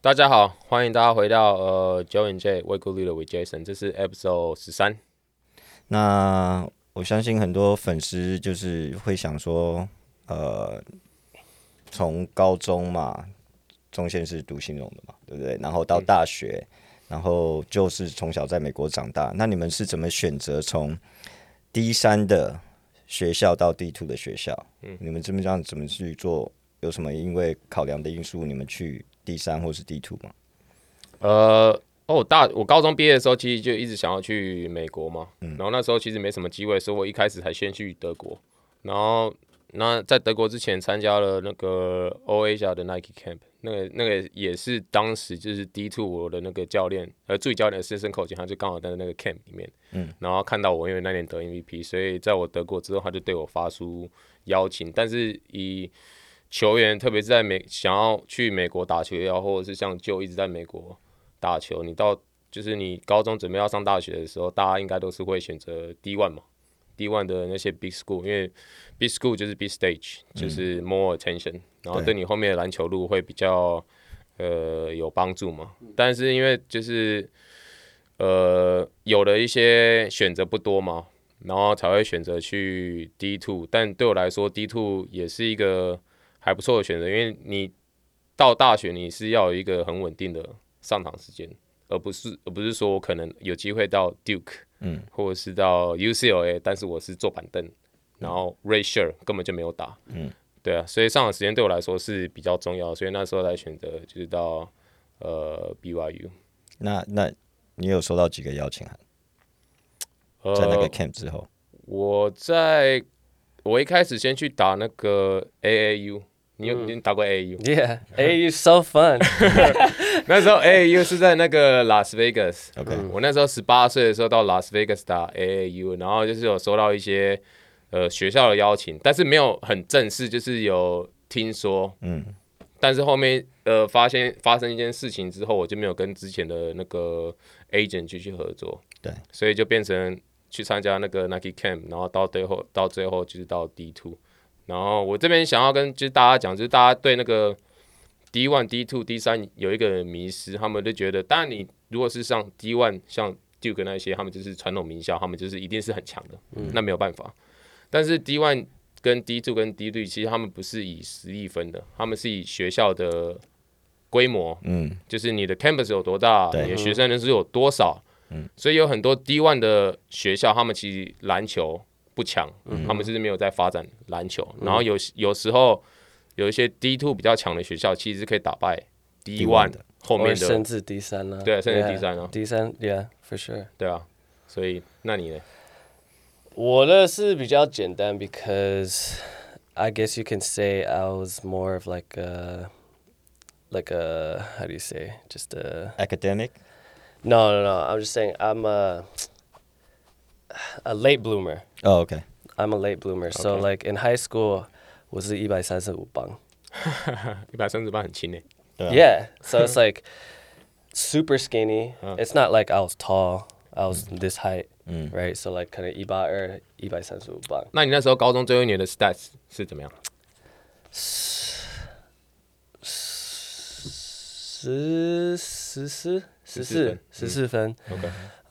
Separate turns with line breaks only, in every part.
大家好，欢迎大家回到呃 Joe and J 未孤立的 with Jason，这是 episode 十三。
那我相信很多粉丝就是会想说，呃，从高中嘛，中线是读新农的嘛，对不对？然后到大学，然后就是从小在美国长大。那你们是怎么选择从 D 三的学校到 D two 的学校？嗯，你们这么这样怎么去做？有什么因为考量的因素，你们去 D 三或是 D two 吗？
呃，哦，大我高中毕业的时候，其实就一直想要去美国嘛。然后那时候其实没什么机会，所以我一开始还先去德国。然后那在德国之前参加了那个 O A 下的 Nike Camp，那个那个也是当时就是 D two 我的那个教练，呃，助理教练的 assistant coach，他就刚好在那个 camp 里面，嗯，然后看到我因为那年得 MVP，所以在我德国之后，他就对我发出邀请，但是以球员，特别是在美想要去美国打球也好，或者是像就一直在美国打球，你到就是你高中准备要上大学的时候，大家应该都是会选择 D one 嘛，D one 的那些 big school，因为 big school 就是 big stage，就是 more attention，、然后对你后面的篮球路会比较呃有帮助嘛。但是因为就是呃有的一些选择不多嘛，然后才会选择去 D two，但对我来说 D two 也是一个还不错的选择，因为你到大学你是要有一个很稳定的上堂时间，而不是而不是说我可能有机会到 Duke，嗯，或者是到 UCLA，但是我是坐板凳，然后 r a s h e r 根本就没有打，嗯，对啊，所以上场时间对我来说是比较重要的，所以那时候才选择就是到呃 BYU，
那那你有收到几个邀请函？
呃，
在那个 camp 之后，
我在我一开始先去打那个 AAU，你有、你打过 AAU？
Yeah, AU so fun.
那时候 AAU 是在那个 Las Vegas。OK，我那时候十八岁的时候到 Las Vegas 打 AAU，然后就是有收到一些呃学校的邀请，但是没有很正式，就是有听说，嗯。但是后面呃发现发生一件事情之后，我就没有跟之前的那个 agent 继续合作，
对，
所以就变成去参加那个 Nike Camp，然后到最后到最后就是到 D two，然后我这边想要跟就是大家讲，就是大家对那个 D one、D two、D 三有一个迷失，他们就觉得，当然你如果是上 D one，像 Duke 那些，他们就是传统名校，他们就是一定是很强的，那没有办法。但是 D one 跟 D two 跟 D three 其实他们不是以实力分的，他们是以学校的规模，
嗯，
就是你的 campus 有多大，
对
你的学生人数有多少，嗯，所以有很多 D one 的学校，他们其实篮球不强，他们就是没有在发展篮球，然后有有时候有一些 D two 比较强的学校，其实可以打败 D one 后面
哦
的，
甚至第三啦。
对，甚至
Yeah,
第三啊。
第三 yeah for sure.
对啊，所以那你呢？
我的是比较简单 because I guess you can say I was more of like a like a how do you say just a
academic
no no no I'm just saying I'm a a late bloomer.
哦，OK，
I'm a late bloomer. So like in high school 我是一百三十五磅。
一百三十八很轻诶、
对啊
Yeah. So it's like super skinny. It's not like I was tall. I was this height, right? So like kind of 182, 135.
那你那时候高中最后一年的 stats 是怎么样？
十十四十
14
四十四分。
OK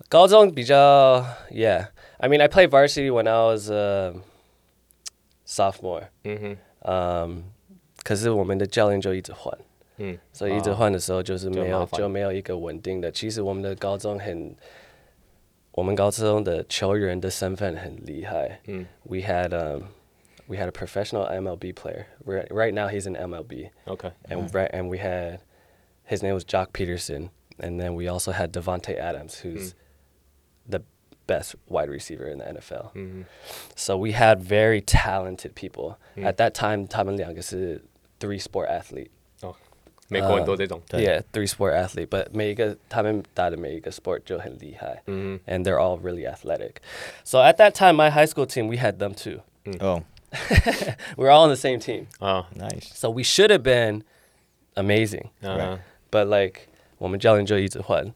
高中比较 Yeah. I mean, I played varsity when I was a sophomore. um,
嗯哼，
嗯，可是我们的教练就一直换，
嗯，
所以一直换的时候就是没
就
有
麻烦
就没有一个稳定的。其实我们的高中很，我们高中的球员的身份很厉害。
嗯
，We had um, we had a professional MLB player. Right right now he's in MLB,
啊，OK，
and right and we had his name was Jock Peterson, and then we also had Devonte Adams, who's
Mm.
the best wide receiver in the NFL.
嗯
So we had very talented people
Mm.
at that time. 他们两个是 three sport athlete.
哼，哦，美国
呃
很多这种，
Yeah, three sport athlete. But 每一个他们打的每一个 sport 就很厉害.
嗯
And they're all really athletic. So at that time, my high school team, we had them too.
哦
We are all on the same team.
啊，
Oh, ，nice，
So we should have been amazing.
嗯
But like 我们教练就一直换。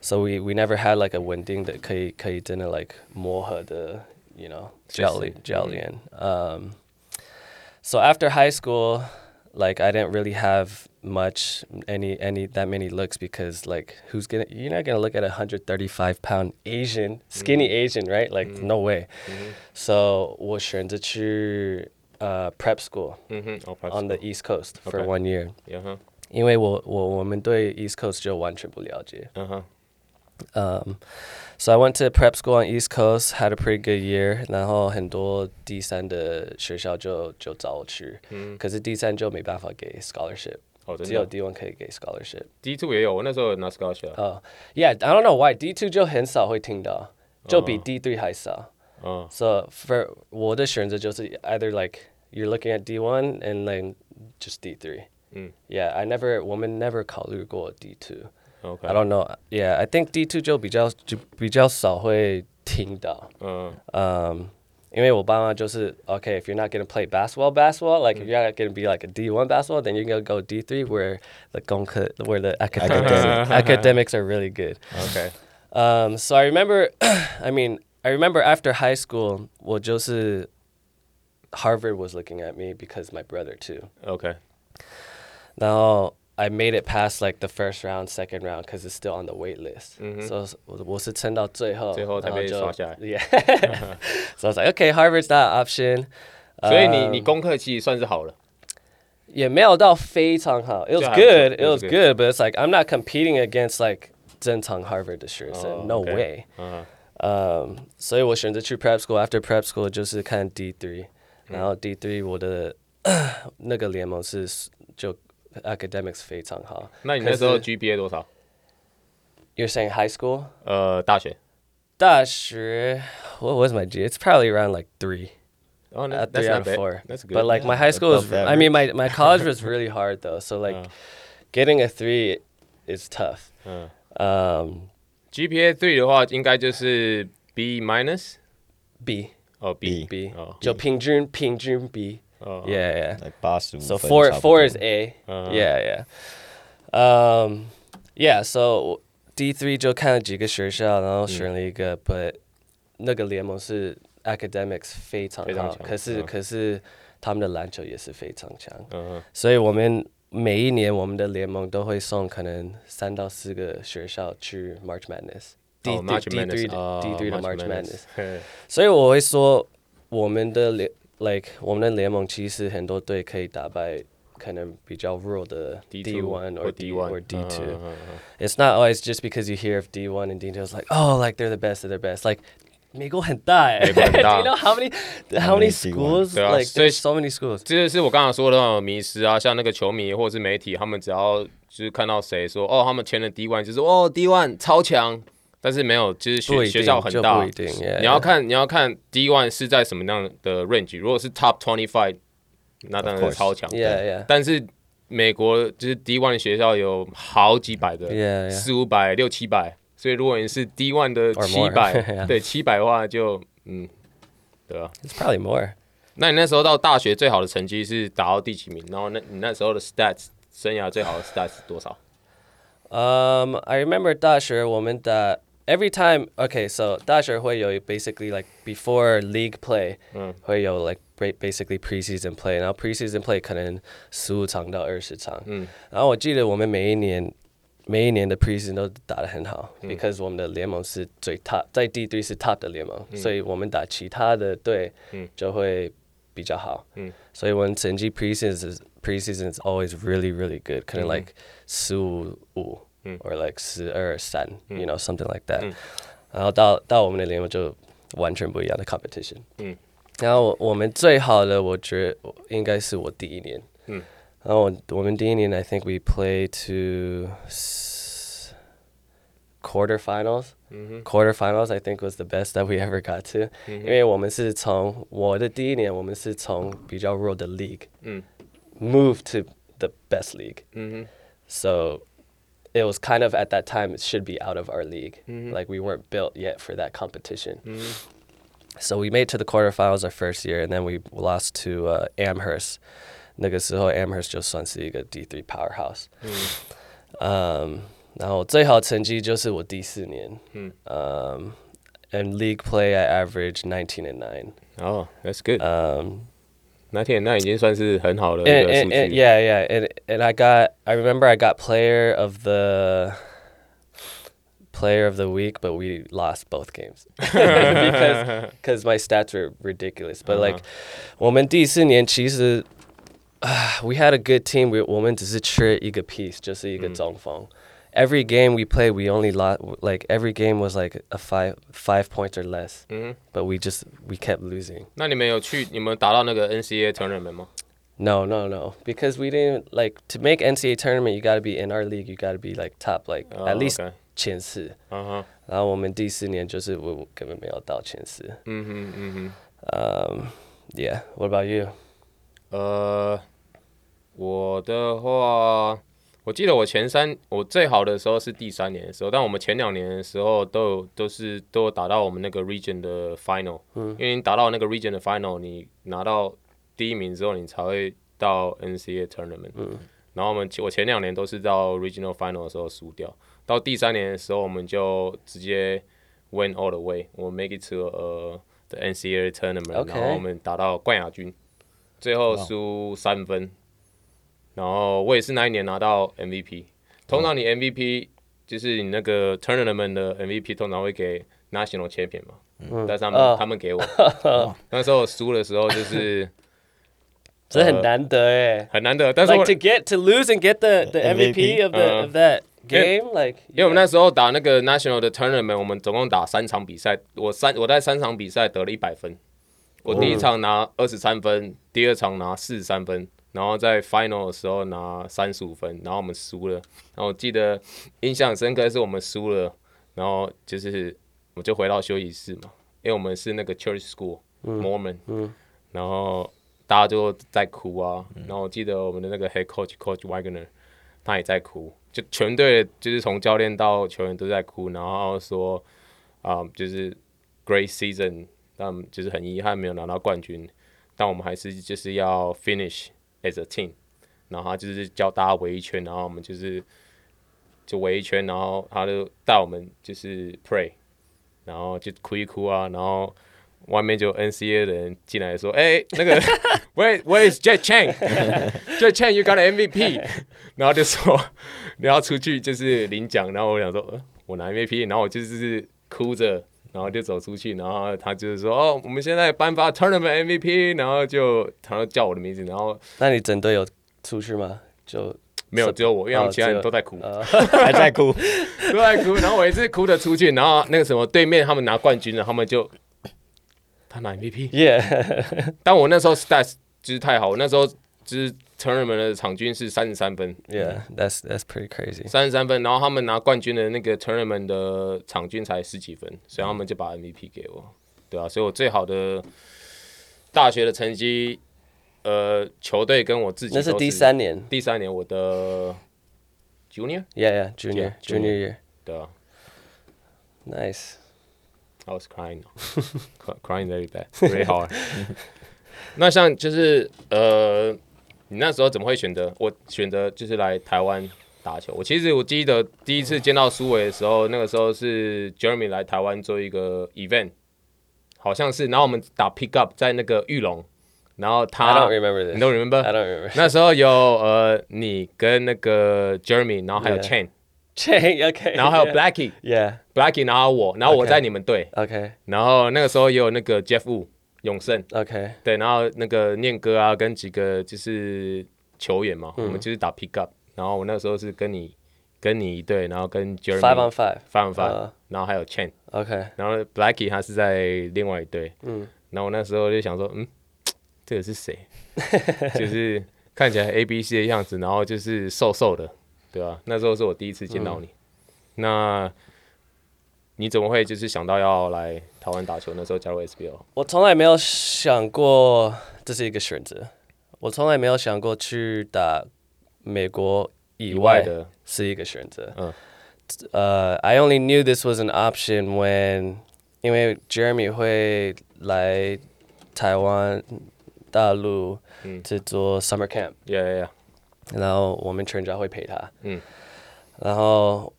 So we we never had like a 稳定的可以可以真的 like 磨合的 you know 教练教练。Um, so after high school, like I didn't really have much any any that many looks because like who's gonna you're not gonna look at a 135 pound Asian skinny Asian right like no way. So 我选择去 uh, prep school
嗯哼，哦，
on the East Coast for
Okay.
one year，
嗯哼，
因为我我我们对 East Coast 就完全不了解。
嗯哼，
Um, so I went to prep school on East Coast, had a pretty good year.
嗯，
然后很多D三的学校就就找我去，可是D三就没办法给 scholarship，、
哦，真
只有
的
D one 可以给 scholarship。
，D two 也有，我那时候有拿 scholarship，
Uh, yeah, I don't know why D two 就很少会听到，就比
哦。
D three 还少。
嗯
So for 我的选择就是 either like you're looking at D one and then just D three.
嗯
Yeah, I never 我们 never 考虑过 D two.
，OK，
I don't know. Yeah, I think D two 就比较就比较少会听到。
嗯
um, 因为我爸妈就是 okay, if you're not gonna play basketball, basketball, like if you're not gonna be like a D one basketball, then you're gonna go D three where the 功课 where the academics academics are really good.
，OK，
Um, so I remember, I mean, I remember after high school, well, Joseph Harvard was looking at me because my brother too.
OK，
Now I made it past like the first round, second round because it's still on the wait list.
Mhm.
So s- 我-我是撑到最后，
最后才被
然后就-
刷下来。
Yeah. so I was like, okay, Harvard's not an option.
所以你你功课其实算是好了，
也没有到非常好。It was
就还不错，
good. It
it was
was
good.
good, but it's like I'm not competing against like 正常 Harvard 的学生。
哦
no
，OK
way.
嗯哼
Um, 所以我选择去 prep school. After prep school 就是看 D three，、然后 D three 我的那个联盟是就 academics 非常好。
那你那时候
可是
GPA 多少？
you're saying high school
呃，大学，
大学 what was my G? It's probably around like three.
哦，那 that's
At three
not
out of
bad.
four.
That's good.
But like my high school was,
above
I mean my my college was really hard though. So like
Uh.
getting a three is tough.
嗯
Um,
GPA three 的话，应该就是 B minus，
B
哦 Oh, B Oh.
B
哦
就平均平均 B.
哦
Yeah, yeah.
like 八十五
So four four is A.
Uh-huh.
Yeah, yeah. Um, yeah. So D three
Mm.
就看了几个学校，然后选了一个、but 那个联盟是 academics
非常强，嗯。
非常好，可是、嗯、可是他们的篮球也是非常强，所以我们每
嗯哼
一年我们的联盟都会送可能三到四个学生去 March Madness。
哦
D
Oh, March
D three
Madness，
D
哦
three 的 March Madness。
Madness，嘿
所以我会说，我们的联，like 我们的联盟其实很多队可以打败可能比较弱的 D
D2
one or D
D1
or D
嗯
two.
嗯嗯嗯
It's not always just because you hear of D one and D two. It's like oh, like they're the best of their best. Like 美国很大哎、
美国很大
Do you know how many how
How many
many
D1
schools
对啊
like
所以
there's so many schools?
这就是我刚刚说的那种迷失啊，像那个球迷或者是媒体，他们只要就是看到谁说哦，他们签了 D one，就是哦 D one 超强，但是没有，就是
不
学
一
学
定
校很
就
大，
不一定，yeah，
你要
yeah
看你要看 D one 是在什么样的 range，如果是 top twenty five，那当然
Of
是
course
超强
Yeah, yeah.
但是美国就是 D one 学校有好几百个
Yeah, yeah
四五百、六七百，所以如果你是 D one 的
Or
七
more
百，对七百的话就嗯，对啊。
It's probably more.
那你那时候到大学最好的成绩是打到第几名？然后那你那时候的 stats 生涯最好的 stats 是多少？
Um, I remember 大学我们打 every time. Okay, so 大学会有 basically like before league play 会有 like ba- basically preseason play. Now preseason play 可能十五场到二十场。
嗯。
然后我记得我们每一年每一年的 preseason 都打得很好，because、嗯、我们的联盟是最 top 在 D 3是 top 的联盟，嗯、所以我们打其他的队
嗯。
就会比较好。
嗯。
So when Senji preseason is preseason is always really really good, kind of like Su Wu
Mm.
or like Su or San, you
Mm.
know, something like that. Uh,
Mm.
然后到到我们的联盟就完全不一样的 competition。
嗯。
然后我们最好的，我觉得应该是我第一年。
嗯。
然后我我们第一年 I think we play to s- quarterfinals.
嗯哼，
quarterfinals I think was the best that we ever got to，、因为我们是从我的第一年，我们是从比较弱的 league
嗯
move to the best league，
嗯
so it was kind of at that time it should be out of our league,
Mhm.
like we weren't built yet for that competition.
哼，嗯哼
So we made to the quarterfinals our first year, and then we lost to uh, Amherst. 那个时候 Amherst 就算是一个 D three powerhouse。嗯。Um, 然后最好成绩就是我第四年。
嗯
Um, and league play I averaged 19 and 9.
哦，That's Oh, good。
Um,
那天那已经算是很好的一
and,
个数
and, and
据。
yeah, yeah, and and I got I remember I got player of the player of the week, but we lost both games because because my stats were ridiculous. But like, 我们第四年其实 we had a good team. We 我们只是缺一个 piece，就是一个中锋。Every game we played, we only lost. Like every game was like a five five points or less, but we just we kept losing.
嗯那你们有去你们打到那个 NCAA 成人们吗？
No, no, no. Because we didn't like to make NCAA tournament. You got to be in our league. You got to be like top, like
Oh,
at least Ah,
okay.
前四。
嗯哼，
然后我们第四年就是我我根本没有到前四。
嗯哼，嗯哼。
Um, yeah. What about you?
呃，我的话，我记得我前三，我最好的时候是第三年的时候，但我们前两年的时候都有都是都有打到我们那个 region 的 final，、因为你打到那个 region 的 final，你拿到第一名之后，你才会到 NCAA tournament。然后我们我前两年都是到 regional final 的时候输掉，到第三年的时候我们就直接 win all the way，我们 make it to 呃 the NCAA tournament，、
OK
然后我们打到冠亚军，最后输三分。然后我也是那一年拿到 MVP。通常你 MVP 就是你那个 tournament 的 MVP，通常会给 national champion 嘛，但是他们、
哦
他们给我，那时候我输的时候就是
这很难得哎。
很难得，但是我
eh? Like to get to lose and get the the
MVP
MVP of the
Uh,
of that
yeah.
game, like
因为我们那时候打那个 national 的 tournament，我们总共打三场比赛，我三我在三场比赛得了一百分，我第一场拿二十三分，第二场拿四十三分，然后在 final 的时候拿三十五分，然后我们输了，然后我记得印象很深刻是我们输了，然后就是我就回到休息室嘛，因为我们是那个 church school Mormon，、然后大家就在哭啊，然后我记得我们的那个 head coach coach Wagner。他也在哭，就全队就是从教练到球员都在哭，然后说啊、就是 great season，但就是很遗憾没有拿到冠军，但我们还是就是要 finish as a team，然后他就是教大家围一圈，然后我们就是就围一圈，然后他就带我们就是 pray，然后就哭一哭啊，然后。外面就 NCA 的人进来说：“哎、那个 Where Where is Jet Chang？Jet Chang，you got an MVP。”然后就说你要出去就是领奖，然后我想说，呃我拿 MVP，然后我就是哭着，然后就走出去，然后他就是说，哦，我们现在颁发 Tournament MVP，然后就他就叫我的名字，然后
那你整队有出去吗？就
没有只有我，因为他们
哦
其他
只
人
有
都在哭，
还在哭，
都在哭，然后我也是哭着出去，然后那个什么对面他们拿冠军了，他们就他拿 MVP，
yeah
但我那时候 stats 就是太好，我那时候就是 Tournament 的场均是三十三分，
yeah that's that's pretty crazy.
三十三分，然后他们拿冠军的那个 tournament 的场均才十几分，所以他们就把 MVP 给我，对啊，所以我最好的大学的成绩，呃，球队跟我自己
那
都
是第三年
第三年我的 junior，
，yeah yeah junior
Yeah,
junior
junior.
year,
对啊
nice.
，I was crying, crying very bad, very hard。那像就是呃，你那时候怎么会选择我选择就是来台湾打球？我其实我记得第一次见到苏伟的时候，那个时候是 Jeremy 来台湾做一个 event，好像是，然后我们打 pick up 在那个玉龙，然后
I
他
don't remember
你
this.
都 Ah, remember？
I don't remember.
那时候有呃你跟那个 Jeremy，然后还有
Yeah.
Chain，、
Chang, okay.
然后还有
yeah.
Blackie，Blackie，、
Yeah.
Blackie，然后我，然后我
Okay.
在你们队
Okay.
然后那个时候也有那个 Jeff Wu 永胜。
Okay.
对，然后那个念哥啊，跟几个就是球员
嗯
嘛，我们就是打 pick up，然后我那时候是跟你跟你一队，然后跟 Jeremy
Five on five.
five on five，、
呃
然后还有 Chen，
Okay.
然后 Blackie 他是在另外一队，嗯，然后我那时候就想说，嗯，这个是谁？ 就是看起来 A B C 的样子，然后就是瘦瘦的，对吧、那时候是我第一次见到你，那你怎么会就是想到要来台湾打球？那时候加入 SBL，
我从来没有想过这是一个选择，我从来没有想过去打美国以
以外
外
的，
是一个选择。
嗯
呃、i Uh, only knew this was an option when 因为 Jeremy 会来台湾大陆
嗯
去做 summer camp，、
呀呀呀，
然后我们全家会陪他。
嗯
然后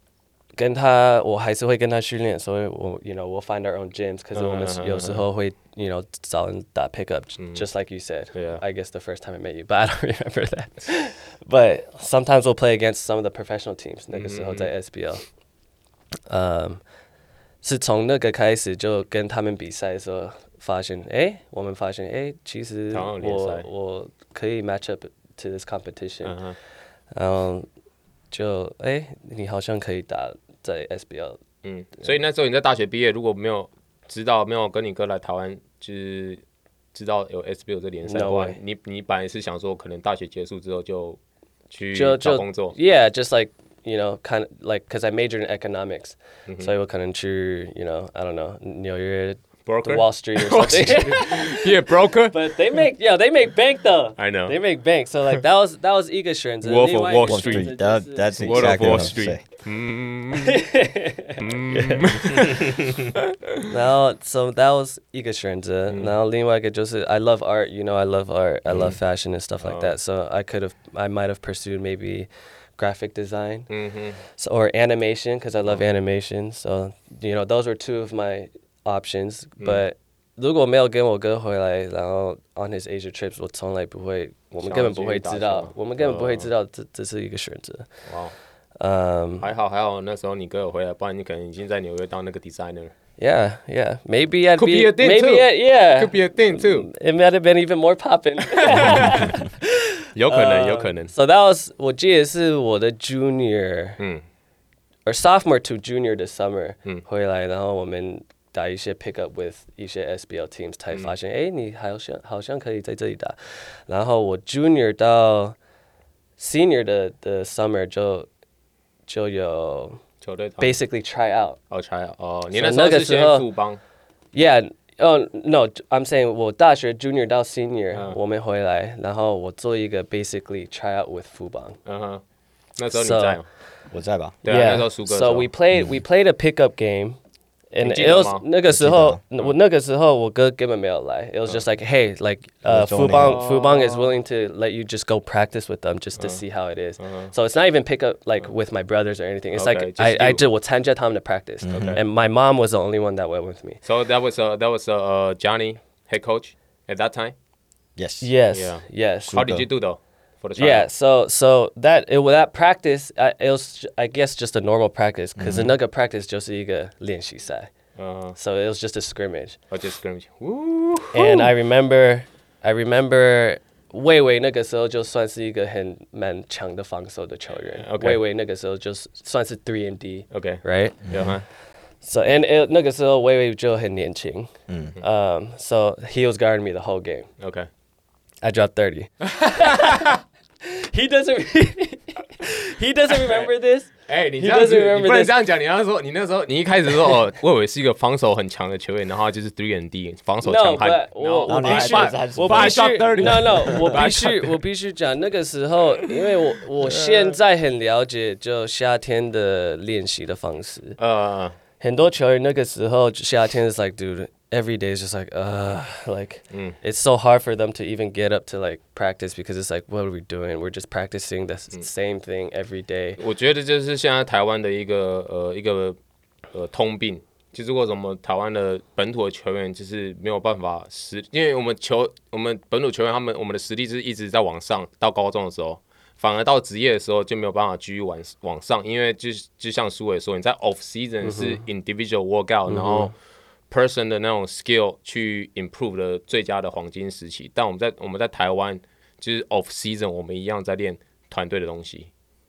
跟他，我还是会跟他训练，所以我，you know，we'll find our own gyms，可
Uh-huh,
是我们有时候会，you know，找人打 pickup, just like you said.
Mm. Yeah.
I guess the first time I met you, but I don't remember that. but sometimes we'll play against some of the professional teams. 那个时候
Mm-hmm.
在 SBL，嗯，是从那个开始就跟他们比赛的时候发现，哎，我们发现，哎，其实
台湾有联
我
赛
我可以 match up to this competition，
嗯哼，
然后就哎，你好像可以打在 SBL。
嗯，所以那时候你在大学毕业，如果没有知道没有跟你哥来台湾，就是知道有 SBL 这联赛的
No
话
way，
你你本来是想说，可能大学结束之后就去
就
找
就
工作，
Yeah, just like you know, kind of like because I majored in economics,
Mm-hmm。
so I would kind of to you know, I don't know, New York,
Broker?
Wall Street or something.
yeah broker，
but they make yeah, they make bank though.
I know.
they make bank. So like that was that was Egershans.
Wolf of Wall
Wall
Street.
Street. That, that's
Wall of
exactly
Wall
what I'm
Street.
saying.
然后 so that was 一个选择，
Mm-hmm。
然后另外一个就是 I love art, you know I love art, I
Mm-hmm。
love fashion and stuff like
Oh。
that. So I could have, I might have pursued maybe graphic design so, or animation because I love
Mm-hmm.
animation. So you know those were two of my options.
Mm.
But 如果没有跟我哥回来，然后 on his Asia trips,
想要继续打球。
我从来不会，我们根本不会知道，我们根本不会知道这这是一个选择。
哇，
嗯、um,。
还好还好，那时候你哥有回来，不然你可能已经在纽约当那个 designer。
Yeah, yeah. Maybe I'd
Could be a thing
maybe
too.
I- yeah.
Could be a thing too，
it might have been even more popping.
有可能，有可能。
so that was 我记得是我的 junior
嗯
or sophomore to junior 的 summer
嗯。
回来，然后我们打一些 pick up with 一些 SBL teams 才发现，哎、嗯，你好像好像可以在这里打。然后我 junior 到 senior 的的 summer 就就有
球队
basically try out。
哦 try out 哦，你
所以
那时候
那个
是
时
先
候
富邦，
Yeah. Oh no, I'm saying 我大学 junior 到 senior、
嗯
我们回来，然后我做一个 basically try out with 富邦。
嗯哼，那时候你
So-
在哦，
我在吧？
对啊，那时候苏哥的时候
So we played we played a pickup game. And
你记
it
得
was
吗
那个时候，
记得
我那个时候我哥根本没有来。It was just like, hey, like, uh,
我懂你
Fubang
哦
Fubang is willing to let you just go practice with them just to
Uh-huh.
see how it is. So it's not even pick up like with my brothers or anything. It's
Okay,
like
just
I I
you.
did 我参加他们的 practice, and my mom was the only one that went with me.
So that was uh, that was uh, uh, Johnny head coach at that time.
Yes.
Yes,
Yeah.
yes.
How did you do though for the trial?
Yeah, so so that it well, that practice I, it was ju- I guess just a normal practice because another practice just a
Uh,
So it was just a scrimmage,
or just scrimmage. Woo.
and I remember I remember Wei Wei 那个时候就算是一个很蛮强的防守的球员
Okay.
Wei Wei 那个时候就算是 three and D
Okay.
right
Yeah. Huh?
so and it, 那个时候 Wei Wei 就很年轻 um so he was guarding me the whole game
Okay.
I dropped 30. he doesn't He doesn't remember this.
哎、你
He
这样子
doesn't remember
你不能
this.
这样讲。你要说，你那时候，你一开始说哦，魏伟是一个防守很强的球员，然后他就是 three and D 防守
No,
强悍。
but
然后
然
我
后
我
你
必
还
须
把还是
我
把
他
必
shot 30
须 No No，我必
shot
须我必须讲那个时候，因为我 我现在很了解就夏天的练习的方式。
呃，
很多球员那个时候夏天 is like dude every day is just like uh like it's so hard for them to even get up to like practice because it's like what are we doing? We're just practicing the s-
Mm.
same thing every day.
我觉得这就是现在台湾的一个呃一个呃通病，就是为什么台湾的本土的球员就是没有办法实，因为我们球我们本土球员他们我们的实力是一直在往上，到高中的时候，反而到职业的时候就没有办法继续往往上，因为就是就像苏伟说，你在 off season 是 individual workout，、然后。person 的那种 skill 去 improve 的最佳的黄金时期。但我们在我们在台湾就是 off season，我们一样在练团队的东西，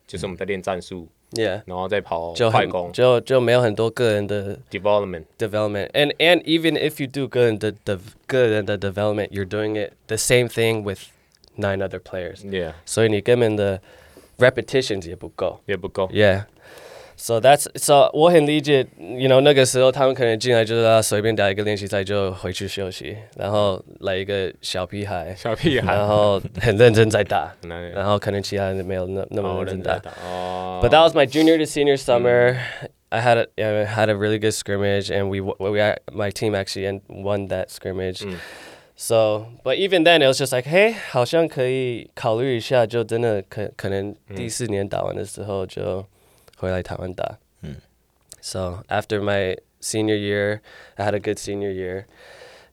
就是我们在练战术，
Yeah.
然后再跑
就
快
很
攻
就就没有很多个人的
development。
development and and even if you do 个人的的个人的 development you're doing it the same thing with nine other players
Yeah，
所以你根本的 repetitions 也不够
也不够。
yeah so that's so 我很理解 you know 那个时候他们可能进来就是啊随便打一个练习赛就回去休息然后来一个小屁孩
小屁
然
孩，
后很认真在打
难得
然后可能其他人没有那那么
哦，
认真
人
打
在打哦。
But that was my junior to senior summer. I had a I had a really good scrimmage, and we w- we ac- my team actually en- won that scrimmage.
Mm.
So, but even then, it was just like, hey, 好像可以考虑一下，
Mm.
就真的可可能第四年打完的时候就回来台湾打。 So after my senior year, I had a good senior year.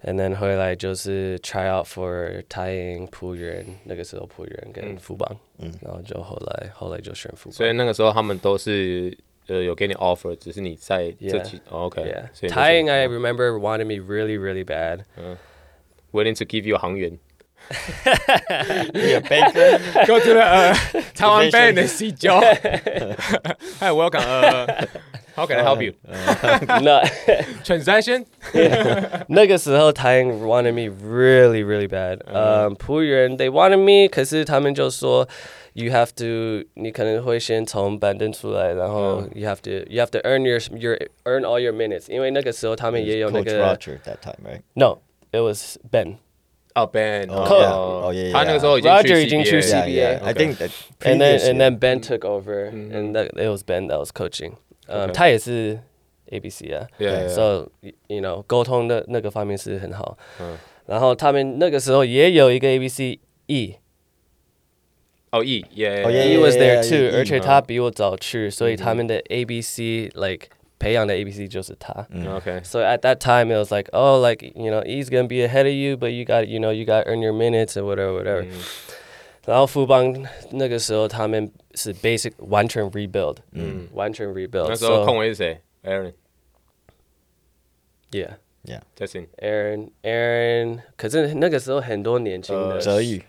And then 后来就是 try out for 台英浦原，那个时候浦原跟富邦，然后就后来后来就选富邦。
Mm. 所以那个时候他们都是呃有给你 offer，只是你在这
Yeah.
几、哦 OK，
Yeah.
所以你就
Tying,
选
I remember, wanted me really, really bad.
willing to give you 航员
Yeah, Baker.
go to the 呃 Taiwan
Division.
Bay and see Joe，hi welcome 呃 how can I help you
no,
transaction
那个时候 Tying wanted me really, really bad. Um, 浦原 they wanted me, 可是他们就说 you have to, 你可能会先从板凳出来，然后 you have to, you have to earn your, your earn all your minutes. 因为那个时候他们也有
Coach
那个
Roger at that time, right?
no, it was Ben.
哦 Ben
哦
哦
yeah，哦，yeah，
他
yeah，
那个时候已经
Roger 已经去
CBA
Yeah,
CBA
yeah. I
Okay.
think that
and then
previous
and
year-
then Ben took
Mm-hmm.
over, and that, it was Ben that was coaching. Um,
Okay.
他也是 ABC 啊
Yeah, yeah, yeah.
so y- you know 沟通的那个方面是很好。
嗯
然后他们那个时候也有一个 ABC E，E
哦 E yeah
Oh, yeah, yeah,
E。 was there
yeah,
too，、
E，Mm-hmm.
而且他比我早去，所以他们的 ABC like 培养的 ABC 就是他。
OK
So at that time, it was like, oh, like you know, E's gonna be ahead of you, but you got you know you got to earn your minutes or whatever, whatever. 然后富邦那个时候他们是 basic 完全 rebuild，嗯，
Mm.
完全 rebuild。
那时
So,
候控卫是谁 Aaron
yeah,
yeah.
Justin
Aaron, Aaron. 可是那个时候很多年轻的
泽宇，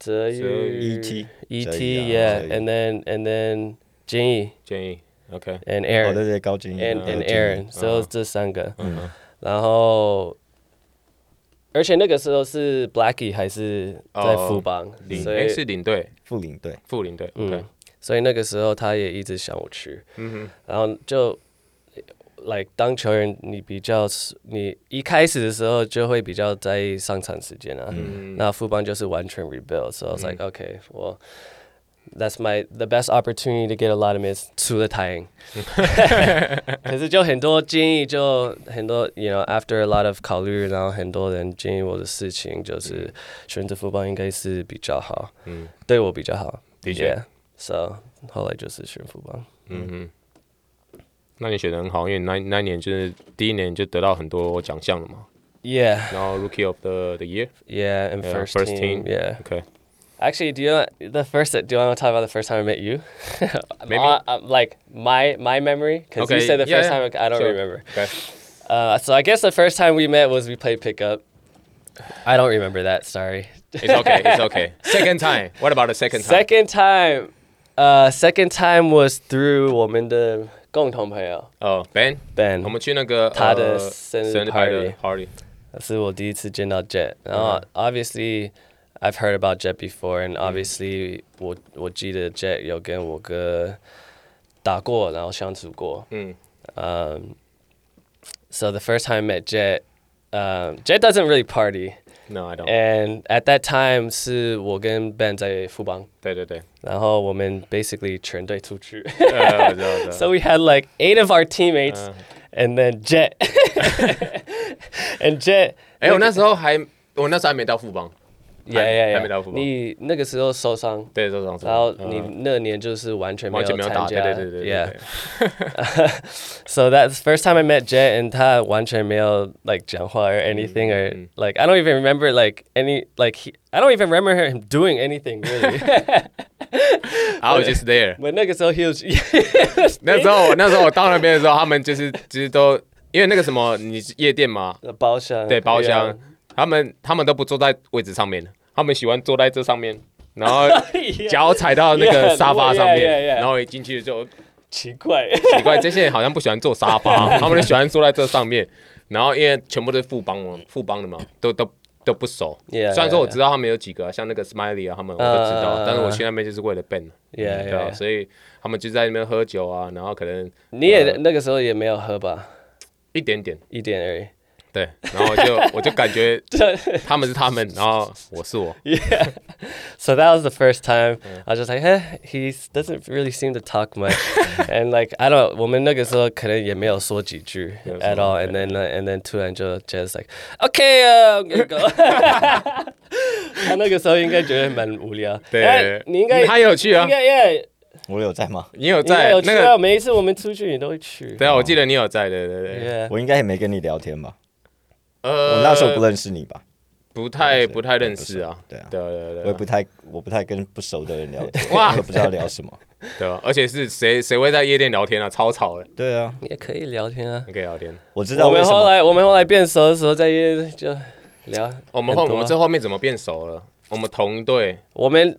泽宇
ET
ET
泽宇啊，
yeah,
泽宇。
and then and then Jinyi
建议 OK
and Aaron
哦，对对，高金，
and
呃，
and
金，
Aaron，so 这三个，
Mm.
然后而且那个时候是 Blackie 还是在
哦，
富邦，
领
所以
诶是领队
副领队。
副领队 OK
嗯，所以那个时候他也一直想我去，嗯、然后就，like 当球员，你比较是你一开始的时候就会比较在意上场时间啊，那副帮就是完全 rebuild，so I was like、okay，well That's my the best opportunity to get a lot of minutes 除了台 英，可是就很多建议，就很多 you know after a lot of 考虑，然后很多人建议我的事情就是选择副帮应该是比较好，嗯，对我比较好，
的确
Yeah. So 后来就是选富邦。
嗯那你选的很好，因为你那那一年就是第一年就得到很多奖项了嘛，
Yeah,
然后 Rookie of the the Year
yeah, and
Yeah,
first,
first
team,
team.
Yeah.
OK
Actually, do you know the first? Do you want to talk about the first time I met you?
Maybe.
Uh, uh, like my my memory, because you
Okay,
said the
yeah,
first
yeah.
time I don't
Sure.
remember.
OK
Uh, so I guess the first time we met was we played pickup. I don't remember that. Sorry.
It's okay. It's okay. Second time. What about the second time?
Second time, uh, second time was through 我们的共同朋友
哦，Ben，Oh,
Ben.
我们去那个
他的
呃
生日
生日派的 party。
是我第一次见到 Jet. 然后 obviously I've heard about Jet before, and obviously 我我记得 Jet 有跟我哥打过，然后相处过。
嗯
Um, so the first time I met Jet, um, Jet doesn't really party,
，No, I don't.
and at that time 是我跟 Ben 在富邦，然后我们
对对 对，
basically 全队出去。
呃，我知道，我知
So
道。
we had like eight of our teammates,
Uh.
and then Jet, and Jet.
哎，我那时候还，我那时候还没到富邦。
Yeah, yeah, yeah.
还没到富邦
你那个时候受伤，
对，这种。
然后
嗯
你那年就是完全没
完
有
全没有打，
参
对
加。
对对对
Yeah.
对。
So that's the first time I met Jet, and 他完全没有 like 讲话 or anything or like I don't even remember like any like he, I don't even remember him doing anything really.
I was just there。
But 那个时候 he was
那时候我那时候我到那边的时候，他们就是其实都因为那个什么，你是夜店嘛，
包厢。
对包厢
Yeah.，
他们他们都不坐在位置上面，他们喜欢坐在这上面，然 后
Yeah.
脚踩到那
哎 Yeah,
个沙发上
yeah, yeah,
面，
yeah.
然后一进去就
奇 怪。
奇怪，这些人好像不喜欢坐沙 发，他们就喜欢坐在这上面。然后因为全部都是富邦嘛，富邦的嘛，都都都不熟。
Yeah,
虽然说
yeah,
我知道他们有几个啊，像那个 Smiley 啊，他们我都知道
Uh,
但是我去那边就是为了 Ben，
Yeah,
对
yeah,
啊
yeah.
所以他们就在那边喝酒啊，然后可能呃
你也那个时候也没有喝吧？
一点点，
一点而已。
对，然后我就 我就感觉他们是他们，然后我是我，
So that was the first time I was just like, eh, he doesn't really seem to talk much, and like I don't. 我们那个时候可能也没有说几句 at all, and then uh, and then 突然就 just like, okay, uh, I'm gonna go. 他那个时候应该觉得蛮无聊。
对，
哎你应该
他也有去啊
应该 yeah.
我有在吗？
你有
你也
在
有去
那
啊？
个？
每一次我们出去，你都会去。
对啊，我记得你有在，对对对。
Yeah
我应该也没跟你聊天吧？
呃，
哦我那时候不认识你吧？
Uh,
不太
对
不太认识啊，
对啊
对对对
我也不太，我不太跟不熟的人聊天，
哇
我也不知道聊什么。
对啊，而且是谁谁会在夜店聊天啊？超吵的，
对啊，
你也可以聊天啊。
你可以聊天。哦
我知道
我
为
们
什
后
么。
来我们后来变熟的时候，在夜就聊。
我们后
很多啊
我们这后面怎么变熟了？我们同队，
我们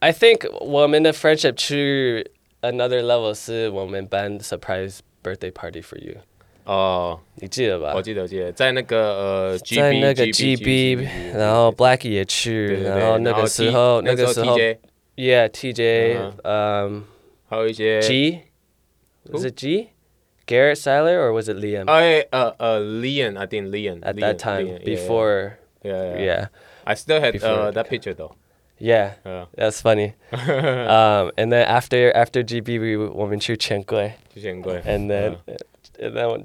，I think 我们的 friendship 去 another level 是我们班 surprise birthday party for you，
哦、
你记得吧？
我记得我记得在那个呃 GB
在那个
GB，
然后 Blacky 也
对
去，
对对，
然后那个
T-
时候
那
个时候
TJ
，Yeah TJ，
嗯
嗯
还有一些
，G，was it G？Garrett Siler or was it Liam
哎呃呃 Leon I think Leon
at
Leon,
that time
Leon, Uh, yeah,
before
yeah, yeah, yeah
yeah
I still had
Before-
uh, that picture though
yeah
uh
that's funny um and then after after GB we 我们去钱柜
就是很贵
and then and then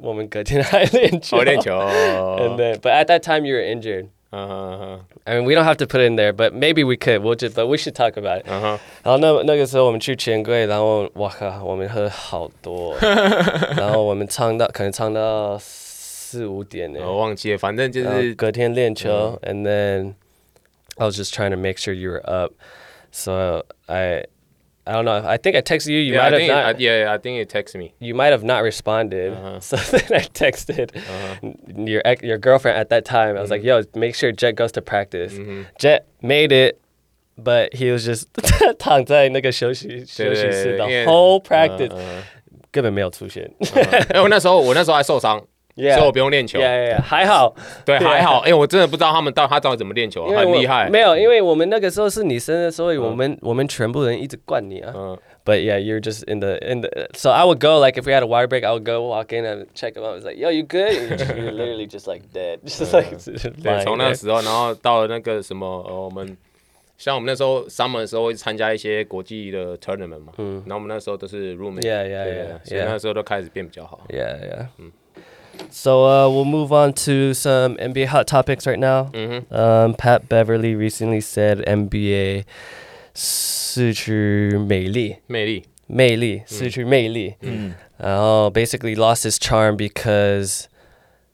我们 隔天
Oh,
还练 球
哦
and
我练球
then but at that time you were injured
uh
I mean we don't have to put it in there but maybe we could we'll just but we should talk about it
嗯
然后那那个时候我们去钱柜，然后哇靠，我们喝好多， 然后我们唱到可能唱到四五点呢。
Oh,
然后
我忘记了，反正就是
隔天练球、a n d then I was just trying to make sure you were up. So I I don't know. I think I texted you. You
yeah, I
might have
think
not.
I, yeah, yeah, I think it texted me.
you might have not responded.
Uh-huh.
So then I texted your ex, your girlfriend at that time. I was like, "Yo, make sure Jet goes to practice." Jet made it, but he was just 躺在那个休息休息室
对，因为-
the whole practice
嗯，嗯，嗯。
根本没有出现。
哎，我那时候我那时候还受伤，所
Yeah
以我不用练球。
yeah, yeah, yeah. 还好，
对，
对
还好。哎，我真的不知道他们到他到底怎么练球，
因为
很
我
厉害。
没有，因为我们那个时候是你生日，所以我们-我们全部人一直灌你啊。
嗯
But yeah, you're just in the in the. So I would go like if we had a water break, I would go walk in and check him out. It's like, yo, you good? And you're, just, you're literally just like dead, just like just
对，
lying
从那
there.
时候，然后到了那个什么，呃，我们像我们那时候 summer 的时候会参加一些国际的 tournament 嘛，嗯，然后我们那时候都是 roommate，
Yeah, yeah,
对
yeah,
所以
yeah.
那时候都开始变比较好。
Yeah,
Mm.
yeah. So uh, we'll move on to some NBA hot topics right now. Mm-hmm. Um, Pat Beverly recently said NBA 失去魅力。
魅力，
魅力，
嗯
失去魅力。然后 basically lost his charm because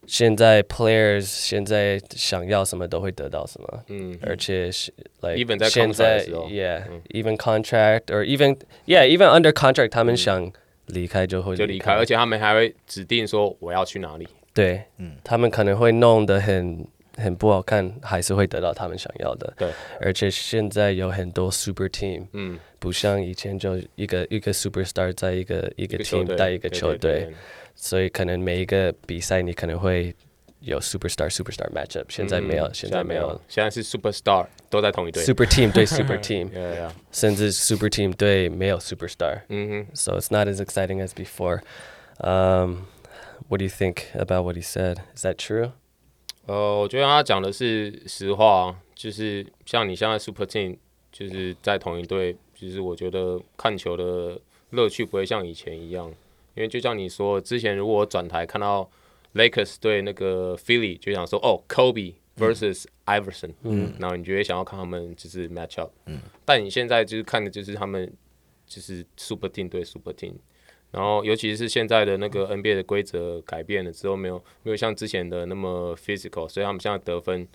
现在 players 现在想要什么都会得到什么，
嗯，
而且是 like
Even 在 contract 的时候，嗯
yeah even contract or even yeah even under contract 他们想离开就会
嗯就离开，而且他们还会指定说我要去哪里。
对，他们可能会弄得很很不好看，还是会得到他们想要的。
对，
而且现在有很多 super team，嗯，不像以前就一个一个 superstar 在一个一个
一个球
team
队
带一个球
对对
队
对，
所以可能每一个比赛你可能会有 superstar superstar matchup，现在没有，
嗯
现在没有，。
现在是 superstar 都在同一队。
super team 对 super team，
Yeah, yeah.
甚至 super team 对没有 superstar，
嗯哼。
so it's not as exciting as before. Um, what do you think about what he said? Is that true?
呃，我觉得他讲的是实话啊，就是像你现在 Super Team，就是在同一队，就是我觉得看球的乐趣不会像以前一样，因为就像你说，之前如果我转台看到 Lakers 对那个 Philly，就想说哦，Kobe versus Iverson，嗯，然后你就会想要看他们就是 match up，嗯，但你现在就是看的就是他们就是 Super Team 对 Super Team，然后尤其是现在的那个 NBA 的规则改变了之后，没有没有像之前的那么 physical，所以他们现在得分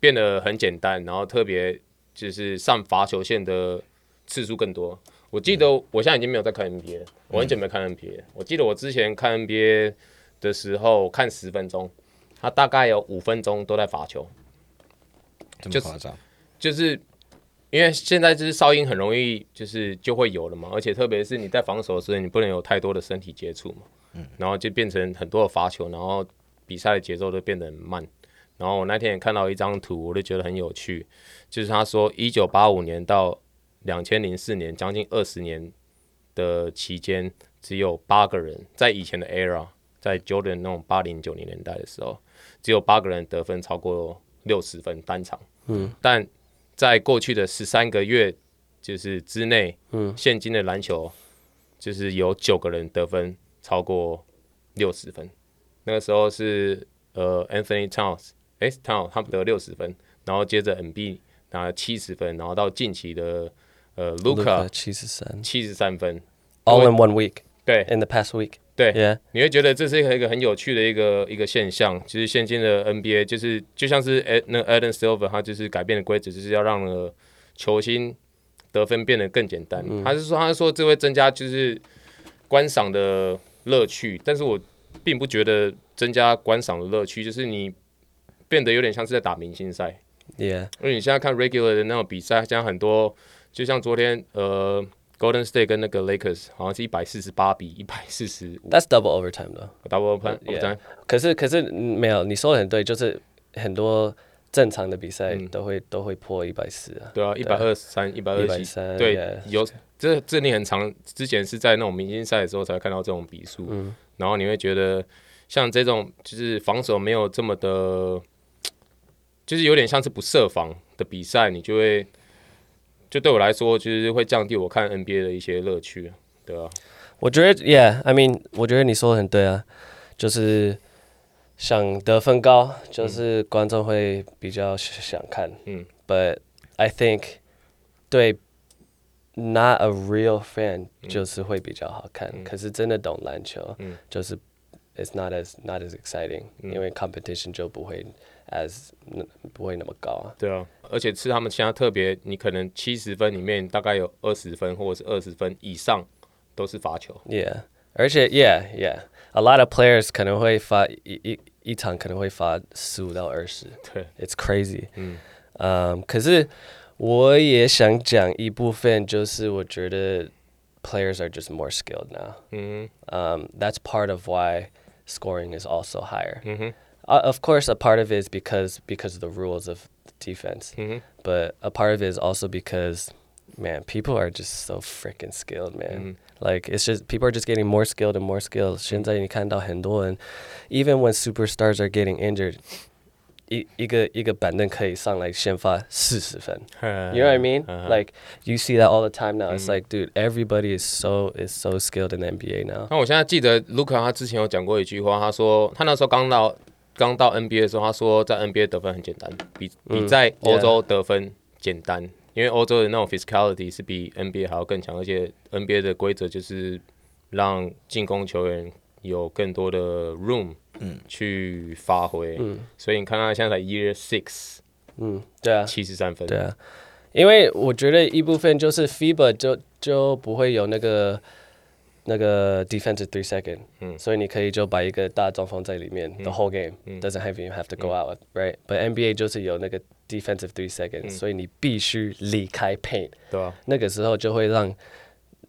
变得很简单，然后特别就是上罚球线的次数更多。我记得我现在已经没有在看 NBA，了我很久没看 NBA 了。我记得我之前看 NBA 的时候，看十分钟，他大概有五分钟都在罚球，
这么
就是
夸张？
就是因为现在就是哨音很容易就是就会有了嘛，而且特别是你在防守的时候，你不能有太多的身体接触嘛，然后就变成很多的罚球，然后比赛的节奏都变得很慢。然后我那天也看到一张图，我就觉得很有趣，就是他说一九八五年到两千零四年，将近二十年的期间，只有八个人在以前的 era，在 Jordan 那种八零九零年代的时候，只有八个人得分超过六十分单场。嗯，但在过去的十三个月就是之内，嗯，现今的篮球就是有九个人得分超过六十分。那个时候是呃 Anthony Towns，哎 Towns 他们得六十分，然后接着 NB 拿了七十分，然后到近期的呃
Luka
，Luca
73.
七十三分，
All in one week.
对
In the past week.
对
Yeah.
你会觉得这是一个一个很有趣的一个一个现象。其实现今的 NBA 就是就像是 Ad, 那 Adam Silver 他就是改变的规则，就是要让呃球星得分变得更简单。他是说他是说这会增加就是观赏的乐趣，但是我并不觉得增加观赏的乐趣，就是你变得有点像是在打明星赛。
Yeah.
因为你现在看 regular 的那种比赛，像很多，就像昨天呃 Golden State 跟那个 Lakers 好像是一百四十八比一百四十五
That's double overtime though.
double p l a
Yeah.
y
可是可是嗯没有，你说的很对，就是很多正常的比赛都会、都会破一百四啊。
对啊，一百二三、一百二七，
130
对，
yeah
有这这里很长，之前是在那种明星赛的时候才会看到这种比数，然后你会觉得像这种就是防守没有这么的，就是有点像是不设防的比赛，你就会就对我来说，就是会降低我看 NBA 的一些乐趣，对啊。
我觉得，Yeah，I mean，我觉得你说的很对啊，就是想得分高，就是观众会比较想看。
嗯
，But I think 对 not a real fan 就是会比较好看，可是真的懂篮球，就是 it's not as not as exciting，、因为 competition 就不会 as 嗯不会那么高啊。
对啊，而且是他们现在特别，你可能七十分里面大概有二十分或者是二十分以上都是罚球。
Yeah，而且 Yeah Yeah。A lot of players 可能会罚一一一场可能会罚十五到二十，
对，
It's crazy。嗯，可是我也想讲一部分，就是我觉得 players are just more skilled now。
嗯
Um, that's part of why scoring is also higher.
嗯哼
Uh, of course, a part of it is because because of the rules of defense,
嗯哼
but a part of it is also because, man, people are just so freaking skilled,
嗯 Mm-hmm.
man. Like it's just people are just getting more skilled and more skilled. 现在你看到很多人 even when superstars are getting injured, 一-一个-一个板凳可以上来先发40分。
嗯
You know what I mean?
嗯哼
Like you see that all the time now. It's like, dude, everybody is so is so skilled in the NBA now.
那我现在记得卢卡他之前有讲过一句话，他说他那时候刚到刚到 NBA 的时候，他说在 NBA 得分很简单，比
嗯
比在欧洲得分简单，因为欧洲的那种 physicality 是比 NBA 还要更强，而且 NBA 的规则就是让进攻球员有更多的 room，去
嗯
发挥，所以你看他现在才 year six
Mm, 对啊，
七十三分，
对啊，因为我觉得一部分就是 FIBA 就就不会有那个那个 defensive three second，、嗯、所以你可以就把一个大中锋在里
嗯
面、the whole game、doesn't have you have to go out right but NBA 就是有那个 defensive three second，、所以
嗯
你必须离开 paint，
对吧、
那个时候就会让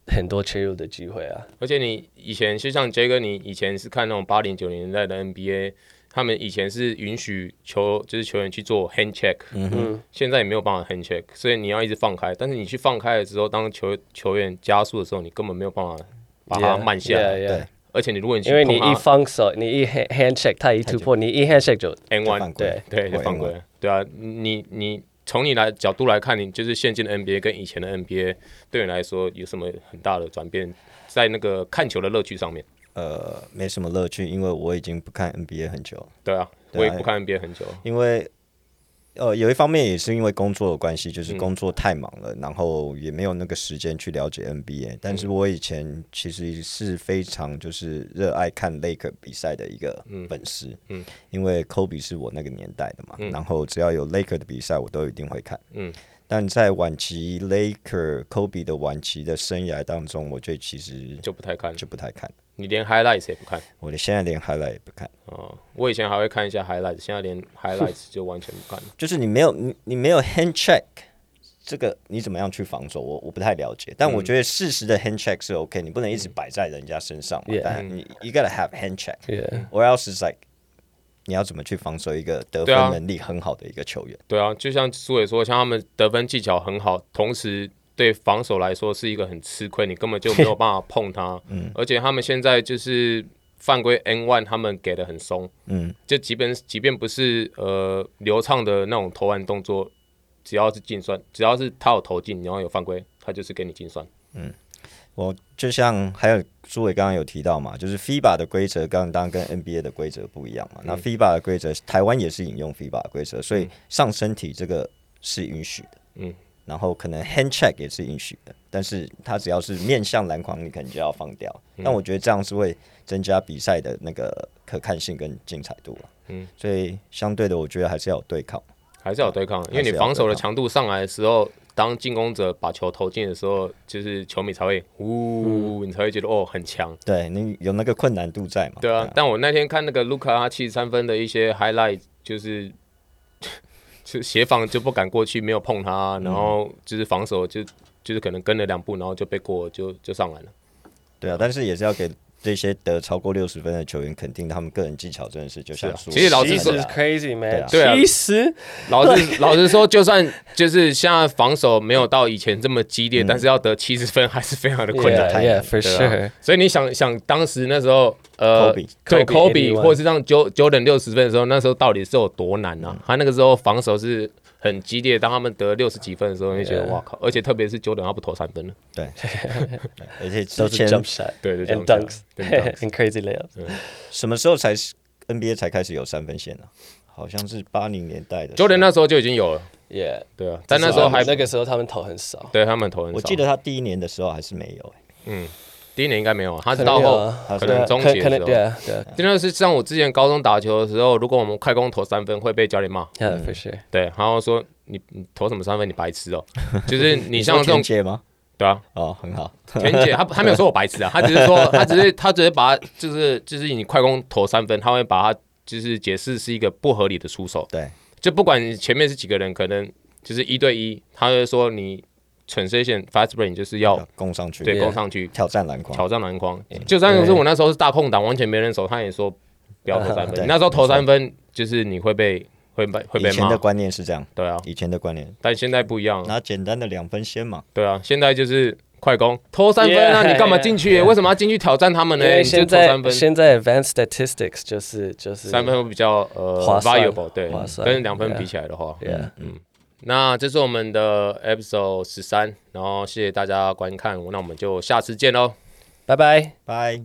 很多切入的机会啊。
而且你以前就像杰哥，你以前是看那种八零九零年代的 NBA，他们以前是允许球就是球员去做 hand check，嗯现在也没有办法 hand check，所以你要一直放开。但是你去放开的时候，当球球员加速的时候，你根本没有办法把它
Yeah，
慢下来。
yeah，yeah
对，
而且你如果你去
因为
碰
你
它
一放手，你一 hand hand check，他一突破，你一 hand check 就
N
就犯
one
规
对就
会
犯
N1
规，对啊，你你从你来角度来看，你就是现今的 NBA 跟以前的 NBA 对你来说有什么很大的转变，在那个看球的乐趣上面？
呃，没什么乐趣，因为我已经不看 NBA 很久了。
对啊，
对
我也
啊
不看 NBA 很久了。
因为呃，有一方面也是因为工作的关系，就是工作太忙了，然后也没有那个时间去了解 NBA。但是我以前其实是非常就是热爱看 Lake 比赛的一个粉丝，嗯，因为 Kobe 是我那个年代的嘛，然后只要有 Lake 的比赛，我都一定会看，
嗯。
但在晚期 Laker Kobe 的晚期的生涯当中，我就其实
就不太看，
就不太看，
你连 highlights 也不看
我的现在连 highlight 也不看。
哦。我以前还会看一下 highlights，现在连 highlights 就完全不看了。
就是你没有你你没有 hand check，这个你怎么样去防守？我我不太了解，
嗯
但我觉得适时的 hand check 是 OK，、你不能一直摆在人家身上嘛。
Yeah
但
嗯
你 you gotta have hand check，
yeah。
or else is like 你要怎么去防守一个得
对
分
啊
能力很好的一个球员？
对啊，就像苏伟说，像他们得分技巧很好，同时对防守来说是一个很吃亏，你根本就没有办法碰 他。嗯，而且他们现在就是犯规 N one，他们给的很松。
嗯，
就即便即便不是呃流畅的那种投篮动作，只要是进算，只要是他有投进，然后有犯规，他就是给你进算。
我就像还有朱伟刚刚有提到嘛，就是 FIBA 的规则刚当然跟 NBA 的规则不一样嘛。
嗯
那 FIBA 的规则，台湾也是引用 FIBA 的规则，所以上身体这个是允许的。
嗯，
然后可能 hand check 也是允许的，但是它只要是面向篮筐，你可能就要放掉。
嗯
但我觉得这样是会增加比赛的那个可看性跟精彩度啊。嗯，所以相对的，我觉得还是要有对抗。
还是要有对抗，因为
还是
你
要有
防守的
对抗
强度上来的时候，当进攻者把球投进的时候，就是球迷才会
嗯
呜，你才会觉得哦很强。
对你有那个困难度在嘛？
对啊，但我那天看那个卢卡他七十三分的一些 highlight，就是 就协防就不敢过去，没有碰
嗯
他，然后就是防守就就是可能跟了两步，然后就被过就就上来了。
对啊，但是也是要给这些得超过六十分的球员肯定，他们个人技巧真的是就像
是啊
说，
其实老实
其
说
实 crazy man，
对啊
其实
老实 老实说，就算就是现在防守没有到以前这么激
嗯
烈，但是要得七十分还是非常的困难。
太
yeah yeah for
对啊
sure，
所以你想想当时那时候，呃
Kobe，
对 Kobe，
Kobe 81
或是让 Jo Jordan 六十分的时候，那时候到底是有多难啊？他那个时候防守是很激烈，当他们得六十几分的时候，你就觉得
Yeah
哇靠！而且特别是 Jordan 他不投三分了，
对，而且之
都是
前
jump shot，
对对
，and
这样子
dunks
对，dunks
and crazy layups。
什么时候才是 NBA 才开始有三分线呢、好像是八零年代的时候
Jordan 那时候就已经有了，
Yeah，
对啊，但那时候还
那个时候他们投很少，
对他们投很少。
我记得他第一年的时候还是没有、欸
第一年应该没有，他是
可
到
能有
后
啊
可
对
能
啊
终
可
结
可
的时
能对
候。
啊对啊
真的是像我之前高中打球的时候，如果我们快攻投三分会被教练骂，
，Yeah for sure。
对，然后说你你投什么三分，你白痴哦，就是你
你
像
说
这种
田姐吗？
对啊，
哦，很好，
全姐，她她没有说我白痴啊，她只是说，她只是她只是把它就是就是你快攻投三分，她会把它就是解释是一个不合理的出手，
对，
就不管你前面是几个人，可能就是一对一，她会说你 transition fast break 你就是要
要攻上去，
对
Yeah
攻上去
挑战篮筐，
挑战篮筐，就算是我那时候是大空档，完全没人守，她也说不要投三分，
对
你那时候投三分就是你会被会被会
以
被
前
骂
的，观念是这样，
对啊，
以前的观念，
但现在不一样，
拿简单的两分先嘛，
对啊，现在就是。投三分啊！
Yeah，
你干嘛
yeah，
进去？为什么要进去挑战他们
因
呢？
为
你就
现
投
在
三分。
现在 advanced statistics uh, 就是就是
三分会比较呃
划算
valuable，对
划，算
跟两分
yeah
比起来的话，嗯
，Yeah，
那这是我们的 episode 十三，然后谢谢大家观看，那我们就下次见喽。
拜拜。
拜。